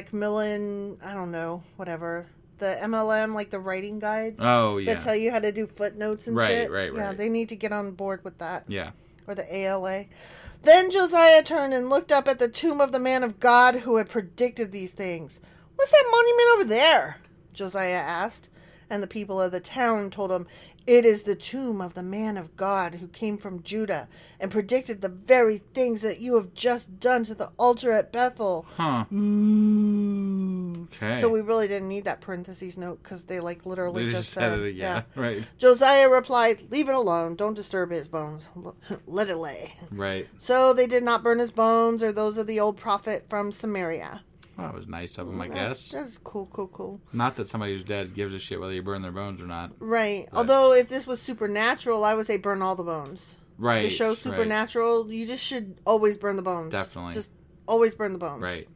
Speaker 1: Macmillan? I don't know. Whatever the MLM, like the writing guides
Speaker 5: oh yeah,
Speaker 1: that tell you how to do footnotes and
Speaker 5: Right,
Speaker 1: shit.
Speaker 5: right,
Speaker 1: Yeah,
Speaker 5: right.
Speaker 1: they need to get on board with that.
Speaker 5: yeah.
Speaker 1: or the ALA. Then Josiah turned and looked up at the tomb of the man of God who had predicted these things. What's that monument over there? Josiah asked. And the people of the town told him, It is the tomb of the man of God who came from Judah and predicted the very things that you have just done to the altar at Bethel. Mm.
Speaker 5: Huh. Okay.
Speaker 1: So we really didn't need that parentheses note because they like literally
Speaker 5: They
Speaker 1: just,
Speaker 5: just
Speaker 1: said,
Speaker 5: said it, yeah, right.
Speaker 1: Josiah replied, Leave it alone. Don't disturb his bones. Let it lay.
Speaker 5: right.
Speaker 1: So they did not burn his bones or those of the old prophet from Samaria.
Speaker 5: Well, that was nice of him, I guess.
Speaker 1: That's, that's cool, cool, cool.
Speaker 5: Not that somebody who's dead gives a shit whether you burn their bones or not.
Speaker 1: Right. Although if this was supernatural, I would say burn all the bones.
Speaker 5: Right.
Speaker 1: The show
Speaker 5: right,
Speaker 1: supernatural, you just should always burn the bones.
Speaker 5: Definitely.
Speaker 1: Just always burn the bones.
Speaker 5: Right.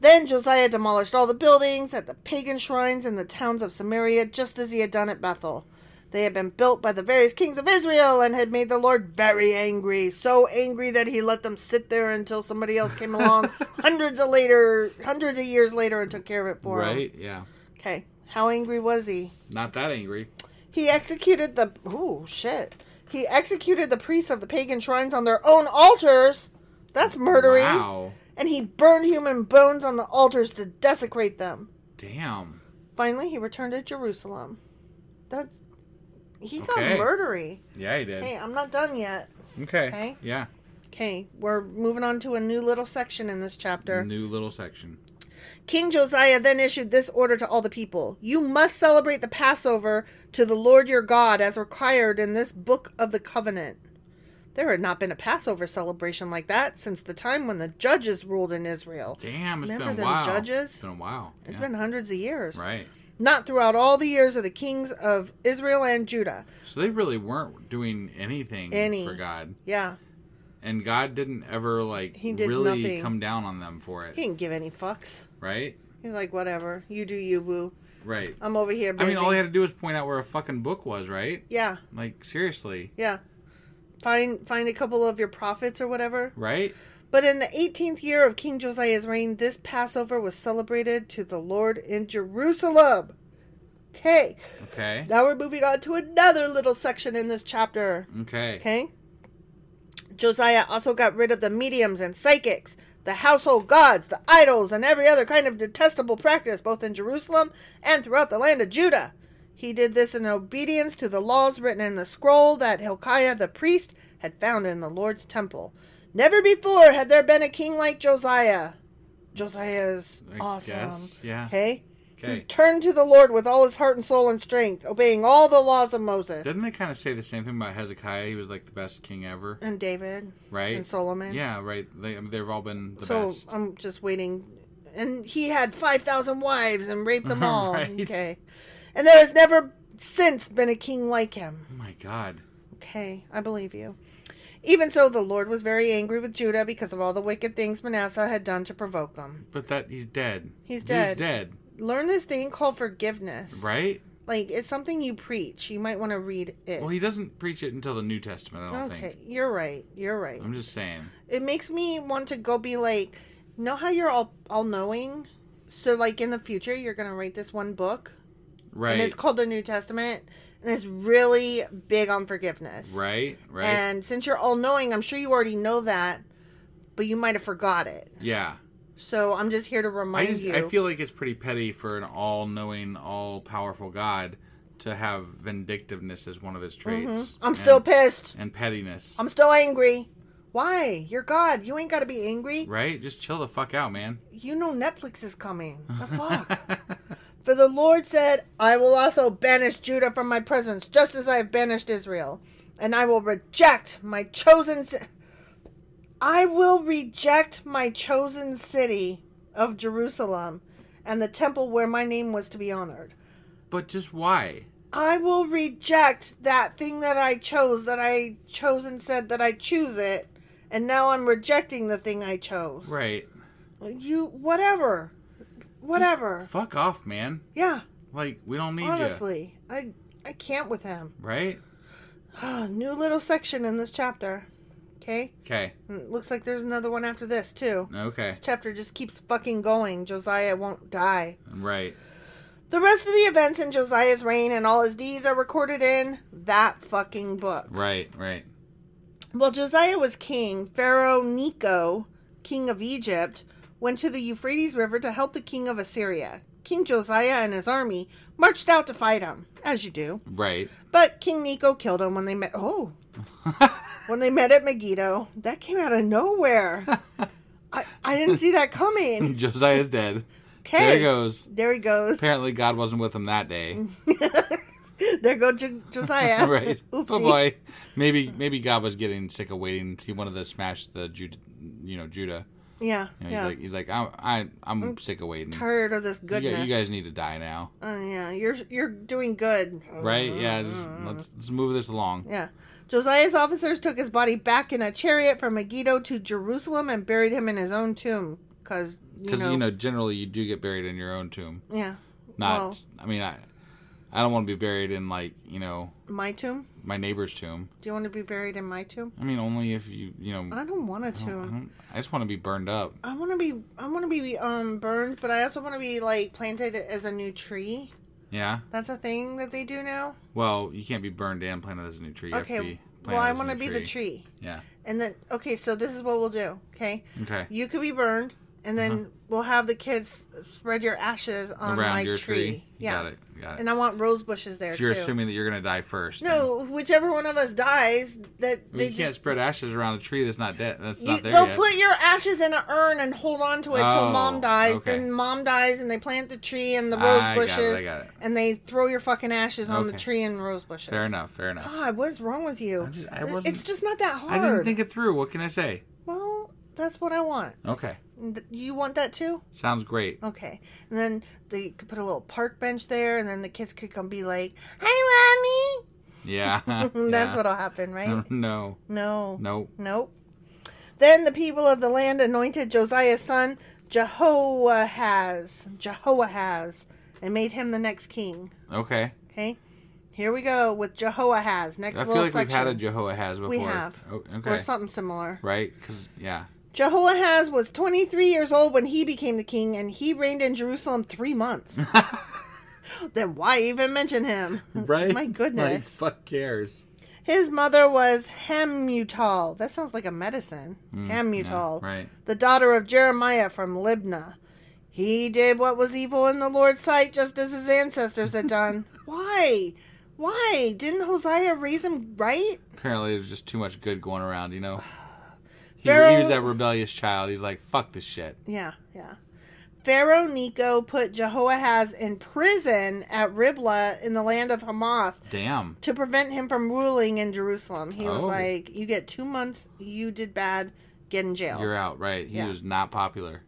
Speaker 1: Then Josiah demolished all the buildings at the pagan shrines in the towns of Samaria, just as he had done at Bethel. They had been built by the various kings of Israel and had made the Lord very angry, so angry that he let them sit there until somebody else came along hundreds of later, hundreds of years later and took care of it for him.
Speaker 5: Right? Yeah.
Speaker 1: Okay. How angry was he?
Speaker 5: Not that angry.
Speaker 1: He executed the ooh shit. He executed the priests of the pagan shrines on their own altars. That's murdery.
Speaker 5: Wow.
Speaker 1: And he burned human bones on the altars to desecrate them.
Speaker 5: Damn.
Speaker 1: Finally, he returned to Jerusalem. That's he got
Speaker 5: Okay.
Speaker 1: murdery.
Speaker 5: Yeah, he did.
Speaker 1: Hey, I'm not done yet.
Speaker 5: Okay.
Speaker 1: Okay.
Speaker 5: Yeah.
Speaker 1: Okay, we're moving on to a new little section in this chapter.
Speaker 5: New little section.
Speaker 1: King Josiah then issued this order to all the people You must celebrate the Passover to the Lord your God as required in this book of the covenant. There had not been a Passover celebration like that since the time when the judges ruled in Israel.
Speaker 5: Damn, it's been
Speaker 1: Remember
Speaker 5: a
Speaker 1: them
Speaker 5: while.
Speaker 1: judges?
Speaker 5: It's been a while.
Speaker 1: It's
Speaker 5: yeah.
Speaker 1: been hundreds of years.
Speaker 5: right.
Speaker 1: Not throughout all the years of the kings of Israel and Judah.
Speaker 5: So they really weren't doing anything
Speaker 1: Any.
Speaker 5: for God,
Speaker 1: Yeah,
Speaker 5: and God didn't ever like
Speaker 1: He did
Speaker 5: really
Speaker 1: nothing.
Speaker 5: come down on them for it,
Speaker 1: he didn't give any fucks.
Speaker 5: right?
Speaker 1: He's like, whatever, you do you, boo.
Speaker 5: Right.
Speaker 1: I'm over here.
Speaker 5: I
Speaker 1: Busy.
Speaker 5: mean, all he had to do was point out where a fucking book was, right?
Speaker 1: yeah,
Speaker 5: Like seriously,
Speaker 1: yeah. Find find a couple of your prophets or whatever.
Speaker 5: right?
Speaker 1: But in the 18th year of King Josiah's reign, this Passover was celebrated to the Lord in Jerusalem. Okay,
Speaker 5: Okay.
Speaker 1: now we're moving on to another little section in this chapter.
Speaker 5: Okay.
Speaker 1: Okay. Josiah also got rid of the mediums and psychics, the household gods, the idols, and every other kind of detestable practice, both in Jerusalem and throughout the land of Judah. He did this in obedience to the laws written in the scroll that Hilkiah the priest had found in the Lord's temple. Never before had there been a king like Josiah. Josiah is
Speaker 5: I
Speaker 1: awesome.
Speaker 5: guess, yeah.
Speaker 1: Okay?
Speaker 5: Okay.
Speaker 1: Turned to the Lord with all his heart and soul and strength, obeying all the laws of Moses.
Speaker 5: Didn't they kind of say the same thing about Hezekiah? He was like the best king ever,
Speaker 1: and David.
Speaker 5: right?
Speaker 1: And Solomon.
Speaker 5: Yeah, right. They, I mean, they've all been the
Speaker 1: so um,
Speaker 5: best.
Speaker 1: I'm just waiting. And he had 5,000 wives and raped them all.
Speaker 5: Right.
Speaker 1: Okay. And there has never since been a king like him.
Speaker 5: oh my god.
Speaker 1: Okay, I believe you. Even so, the Lord was very angry with Judah because of all the wicked things Manasseh had done to provoke him.
Speaker 5: But that he's dead.
Speaker 1: He's dead.
Speaker 5: He's dead.
Speaker 1: Learn this thing called forgiveness.
Speaker 5: Right?
Speaker 1: Like, it's something you preach. You might want to read it.
Speaker 5: Well, he doesn't preach it until the New Testament. I don't
Speaker 1: okay,
Speaker 5: think.
Speaker 1: you're right. You're right.
Speaker 5: I'm just saying.
Speaker 1: it makes me want to go be like know how you're all all knowing so like in the future you're gonna write this one book
Speaker 5: Right.
Speaker 1: and it's called the new testament and it's really big on forgiveness
Speaker 5: Right. Right.
Speaker 1: and since you're all knowing i'm sure you already know that but you might have forgot it
Speaker 5: yeah.
Speaker 1: so i'm just here to
Speaker 5: I
Speaker 1: remind
Speaker 5: just
Speaker 1: you
Speaker 5: I feel like it's pretty petty for an all-knowing, all-powerful God to have vindictiveness as one of his traits.
Speaker 1: Mm-hmm. i'm
Speaker 5: and-
Speaker 1: still pissed
Speaker 5: And pettiness.
Speaker 1: i'm still angry why you're god you ain't gotta be angry
Speaker 5: Right? Just chill the fuck out, man.
Speaker 1: you know Netflix is coming. The fuck? For the Lord said, I will also banish Judah from my presence, just as I have banished Israel. And I will reject my chosen ci- I will reject my chosen city of Jerusalem and the temple where my name was to be honored.
Speaker 5: But just why?
Speaker 1: I will reject that thing that I chose, that I chose and said that I choose it, and now I'm rejecting the thing I chose.
Speaker 5: Right.
Speaker 1: You whatever, whatever.
Speaker 5: Fuck off, man.
Speaker 1: yeah,
Speaker 5: Like we don't need you.
Speaker 1: honestly, I I can't with him.
Speaker 5: Right?
Speaker 1: New little section in this chapter. Okay,
Speaker 5: Okay.
Speaker 1: Mm, looks like there's another one after this too.
Speaker 5: Okay.
Speaker 1: This chapter just keeps fucking going. Josiah won't die.
Speaker 5: Right.
Speaker 1: The rest of the events in Josiah's reign and all his deeds are recorded in that fucking book.
Speaker 5: Right. Right.
Speaker 1: While Josiah was king, Pharaoh Necho, king of Egypt, went to the Euphrates River to help the king of Assyria. King Josiah and his army marched out to fight him, as you do.
Speaker 5: Right.
Speaker 1: But King Necho killed him when they met. Oh, when they met at Megiddo, that came out of nowhere. I, I didn't see that coming.
Speaker 5: Josiah's dead.
Speaker 1: Okay,
Speaker 5: There he goes.
Speaker 1: There he goes.
Speaker 5: Apparently, God wasn't with him that day.
Speaker 1: There go Jo- Josiah.
Speaker 5: right.
Speaker 1: Oopsie.
Speaker 5: Oh boy. Maybe maybe God was getting sick of waiting. He wanted to smash the Jude, you know Judah.
Speaker 1: Yeah,
Speaker 5: You know,
Speaker 1: yeah.
Speaker 5: He's like he's like I'm I, I'm sick of waiting. You
Speaker 1: Tired of this
Speaker 5: guys,
Speaker 1: goodness.
Speaker 5: you guys need to die now,
Speaker 1: Oh, yeah, you're you're doing good.
Speaker 5: right? Yeah. Just, let's let's move this along.
Speaker 1: Uh-huh. Yeah. Josiah's officers took his body back in a chariot from Megiddo to Jerusalem and buried him in his own tomb. Because, you,
Speaker 5: Because you know, generally you do get buried in your own tomb.
Speaker 1: yeah.
Speaker 5: Not.
Speaker 1: Well,
Speaker 5: I mean, I I don't want to be buried in like you know
Speaker 1: My tomb?
Speaker 5: my neighbor's tomb.
Speaker 1: Do you want to be buried in my tomb?
Speaker 5: I mean, only if you you know.
Speaker 1: I don't want a
Speaker 5: I,
Speaker 1: tomb.
Speaker 5: don't- I just want to be burned up.
Speaker 1: I want to be I want to be um burned, but I also want to be like planted as a new tree.
Speaker 5: Yeah.
Speaker 1: That's a thing that they do now.
Speaker 5: Well, you can't be burned and planted as a new tree. You have to
Speaker 1: okay.
Speaker 5: be
Speaker 1: Well,
Speaker 5: planted
Speaker 1: I
Speaker 5: as a
Speaker 1: want to
Speaker 5: new
Speaker 1: be the tree.
Speaker 5: Yeah.
Speaker 1: And then okay, so this is what we'll do, okay?
Speaker 5: Okay.
Speaker 1: You could be burned and then we'll have the kids spread your ashes on
Speaker 5: Uh-huh. Around
Speaker 1: my
Speaker 5: your tree. You
Speaker 1: Yeah.
Speaker 5: got it. You got it.
Speaker 1: And I want rose bushes there
Speaker 5: So you're
Speaker 1: too.
Speaker 5: assuming that you're gonna die first. then.
Speaker 1: no, whichever one of us dies, that
Speaker 5: I mean,
Speaker 1: they
Speaker 5: you can't
Speaker 1: just
Speaker 5: spread ashes around a tree that's not dead. That's
Speaker 1: You-
Speaker 5: not there
Speaker 1: they'll
Speaker 5: yet.
Speaker 1: put your ashes in an urn and hold on to it till
Speaker 5: Oh,
Speaker 1: mom dies.
Speaker 5: okay.
Speaker 1: Then mom dies, and they plant the tree and the
Speaker 5: I
Speaker 1: rose
Speaker 5: got it, I
Speaker 1: bushes,
Speaker 5: got it.
Speaker 1: and they throw your fucking ashes on the
Speaker 5: Okay.
Speaker 1: tree and rose bushes.
Speaker 5: Fair enough. Fair enough.
Speaker 1: God, what's wrong with you?
Speaker 5: I'm just- I wasn't-
Speaker 1: it's just not that hard.
Speaker 5: I didn't think it through. What can I say?
Speaker 1: Well, that's what I want.
Speaker 5: Okay.
Speaker 1: Th- You want that too?
Speaker 5: Sounds great.
Speaker 1: Okay. And then they could put a little park bench there, and then the kids could come be like, "Hi, mommy."
Speaker 5: Yeah.
Speaker 1: That's
Speaker 5: yeah.
Speaker 1: what'll happen, right?
Speaker 5: No.
Speaker 1: no.
Speaker 5: No.
Speaker 1: Nope. Then the people of the land anointed Josiah's son Jehoahaz, Jehoahaz, and made him the next king.
Speaker 5: Okay.
Speaker 1: Okay, here we go with Jehoahaz. Next
Speaker 5: I feel
Speaker 1: little
Speaker 5: like we've
Speaker 1: section.
Speaker 5: had a Jehoahaz before.
Speaker 1: We have,
Speaker 5: O-
Speaker 1: or
Speaker 5: okay.
Speaker 1: something similar.
Speaker 5: Right? Because yeah.
Speaker 1: Jehoahaz was 23 years old when he became the king, and he reigned in Jerusalem three months. then why even mention him?
Speaker 5: Right.
Speaker 1: My goodness.
Speaker 5: Like, fuck cares.
Speaker 1: His mother was Hamutal. That sounds like a medicine. Hamutal.
Speaker 5: Mm, yeah, right.
Speaker 1: The daughter of Jeremiah from Libnah. He did what was evil in the Lord's sight, just as his ancestors had done. Why? Why? Didn't Hosea raise him right?
Speaker 5: Apparently, there's just too much good going around. You know. He, he
Speaker 1: Pharaoh-
Speaker 5: was that rebellious child. He's like, fuck this shit.
Speaker 1: Yeah, yeah. Pharaoh Necho put Jehoahaz in prison at Riblah in the land of Hamath
Speaker 5: Damn.
Speaker 1: to prevent him from ruling in Jerusalem. He was
Speaker 5: Oh.
Speaker 1: like, You get two months, you did bad, get in jail.
Speaker 5: You're out. Right. He
Speaker 1: Yeah.
Speaker 5: was not popular.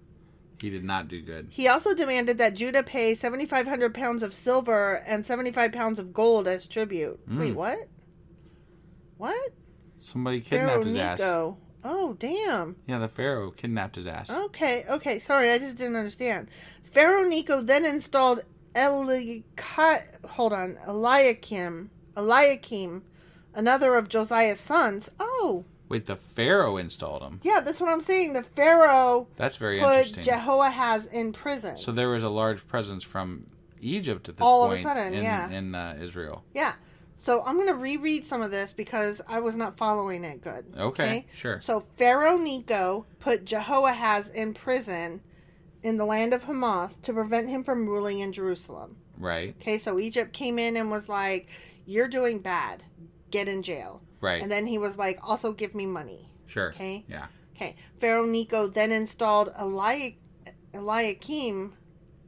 Speaker 5: He did not do good.
Speaker 1: He also demanded that Judah pay 7,500 pounds of silver and 75 pounds of gold as tribute.
Speaker 5: Hmm.
Speaker 1: Wait, what? What?
Speaker 5: Somebody kidnapped his ass.
Speaker 1: Necho. Oh, damn.
Speaker 5: Yeah, the Pharaoh kidnapped his ass.
Speaker 1: Okay, okay. Sorry, I just didn't understand. Pharaoh Necho then installed Eliakim. Hold on, Eliakim, Eliakim, another of Josiah's sons. Oh,
Speaker 5: Wait, the Pharaoh installed him.
Speaker 1: yeah, that's what I'm saying. The Pharaoh
Speaker 5: That's very
Speaker 1: put
Speaker 5: interesting.
Speaker 1: Jehoahaz in prison.
Speaker 5: So there was a large presence from Egypt at this
Speaker 1: All of a
Speaker 5: point
Speaker 1: sudden,
Speaker 5: in,
Speaker 1: yeah.
Speaker 5: in uh, Israel.
Speaker 1: Yeah. So I'm going to reread some of this because I was not following it good.
Speaker 5: Okay, sure.
Speaker 1: So Pharaoh Necho put Jehoahaz in prison in the land of Hamath to prevent him from ruling in Jerusalem.
Speaker 5: Right,
Speaker 1: Okay, so Egypt came in and was like, You're doing bad. Get in jail.
Speaker 5: Right.
Speaker 1: And then he was like, Also give me money.
Speaker 5: sure.
Speaker 1: Okay.
Speaker 5: Yeah.
Speaker 1: Okay. Pharaoh Necho then installed Eli- Eliakim,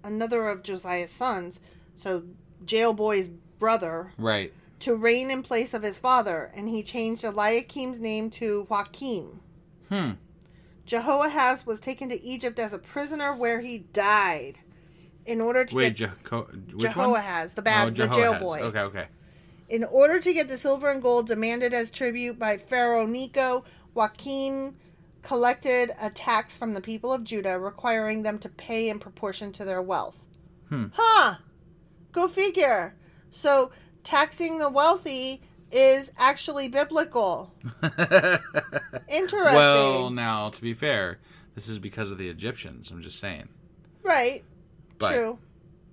Speaker 1: another of Josiah's sons, so jail boy's brother,
Speaker 5: Right.
Speaker 1: to reign in place of his father, and he changed Eliakim's name to Joachim.
Speaker 5: Hmm.
Speaker 1: Jehoahaz was taken to Egypt as a prisoner where he died. In order to
Speaker 5: Wait,
Speaker 1: get
Speaker 5: Jeho- which one?
Speaker 1: Jehoahaz, the
Speaker 5: Oh,
Speaker 1: bad, the jail
Speaker 5: Jehoahaz.
Speaker 1: boy.
Speaker 5: Okay, okay.
Speaker 1: In order to get the silver and gold demanded as tribute by Pharaoh Necho, Joachim collected a tax from the people of Judah, requiring them to pay in proportion to their wealth.
Speaker 5: Hmm.
Speaker 1: Huh! Go figure. So, taxing the wealthy is actually biblical. Interesting.
Speaker 5: Well, now to be fair, this is because of the Egyptians. I'm just saying.
Speaker 1: right.
Speaker 5: But
Speaker 1: true.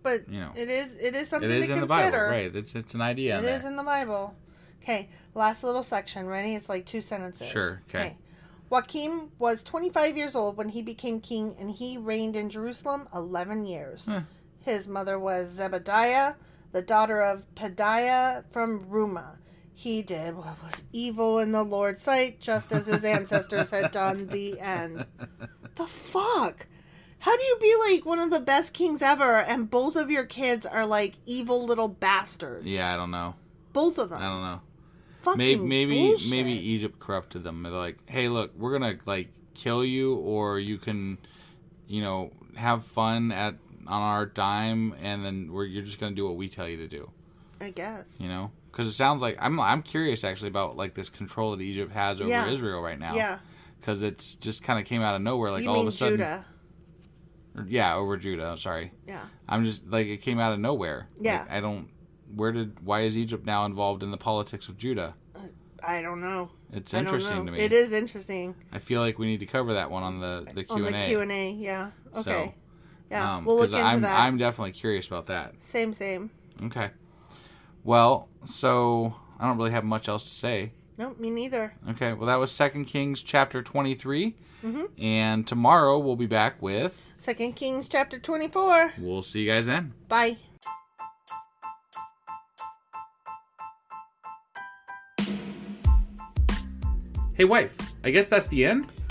Speaker 1: But
Speaker 5: you know,
Speaker 1: it is it is
Speaker 5: it
Speaker 1: something
Speaker 5: is
Speaker 1: to
Speaker 5: in the
Speaker 1: consider.
Speaker 5: Bible, right? It's it's an idea.
Speaker 1: It
Speaker 5: in there.
Speaker 1: is in the Bible. Okay, last little section. Ready? It's like two sentences.
Speaker 5: Sure, 'kay.
Speaker 1: Joachim was 25 years old when he became king, and he reigned in Jerusalem 11 years. His mother was Zebediah, the daughter of Pediah from Ruma. He did what was evil in the Lord's sight, just as his ancestors had done. The end. The fuck? How do you be like one of the best kings ever, and both of your kids are like evil little bastards?
Speaker 5: Yeah, I don't know.
Speaker 1: Both of them.
Speaker 5: I don't know.
Speaker 1: Fucking
Speaker 5: Maybe maybe
Speaker 1: bullshit.
Speaker 5: maybe e- Egypt corrupted them. They're like, hey, look, we're gonna like kill you, or you can, you know, have fun at on our dime, and then we're you're just gonna do what we tell you to do.
Speaker 1: I guess.
Speaker 5: You know, because it sounds like I'm I'm curious actually about like this control that Egypt has over
Speaker 1: Yeah.
Speaker 5: Israel right now.
Speaker 1: Yeah.
Speaker 5: because it's just kind of came out of nowhere. Like
Speaker 1: you
Speaker 5: all
Speaker 1: mean
Speaker 5: of a sudden,
Speaker 1: Judah?
Speaker 5: or- yeah, over Judah. I'm sorry,
Speaker 1: Yeah.
Speaker 5: I'm just like it came out of nowhere.
Speaker 1: Yeah.
Speaker 5: Like, I don't where did why is Egypt now involved in the politics of Judah?
Speaker 1: I don't know.
Speaker 5: It's
Speaker 1: I don't
Speaker 5: interesting
Speaker 1: know.
Speaker 5: to me.
Speaker 1: It is interesting
Speaker 5: I feel like we need to cover that one on the the Q
Speaker 1: on the
Speaker 5: and A.
Speaker 1: Q and A. Yeah. Okay. yeah.
Speaker 5: um,
Speaker 1: we'll look
Speaker 5: 'cause
Speaker 1: into
Speaker 5: I'm,
Speaker 1: that.
Speaker 5: I'm definitely curious about that.
Speaker 1: Same. Same.
Speaker 5: Okay. Well, so I don't really have much else to say.
Speaker 1: Nope. Me neither.
Speaker 5: Okay. Well, that was Second Kings chapter 23.
Speaker 1: Mm-hmm.
Speaker 5: And tomorrow we'll be back with.
Speaker 1: Second Kings chapter twenty four.
Speaker 5: We'll see you guys then.
Speaker 1: Bye.
Speaker 5: Hey, wife. I guess that's the end.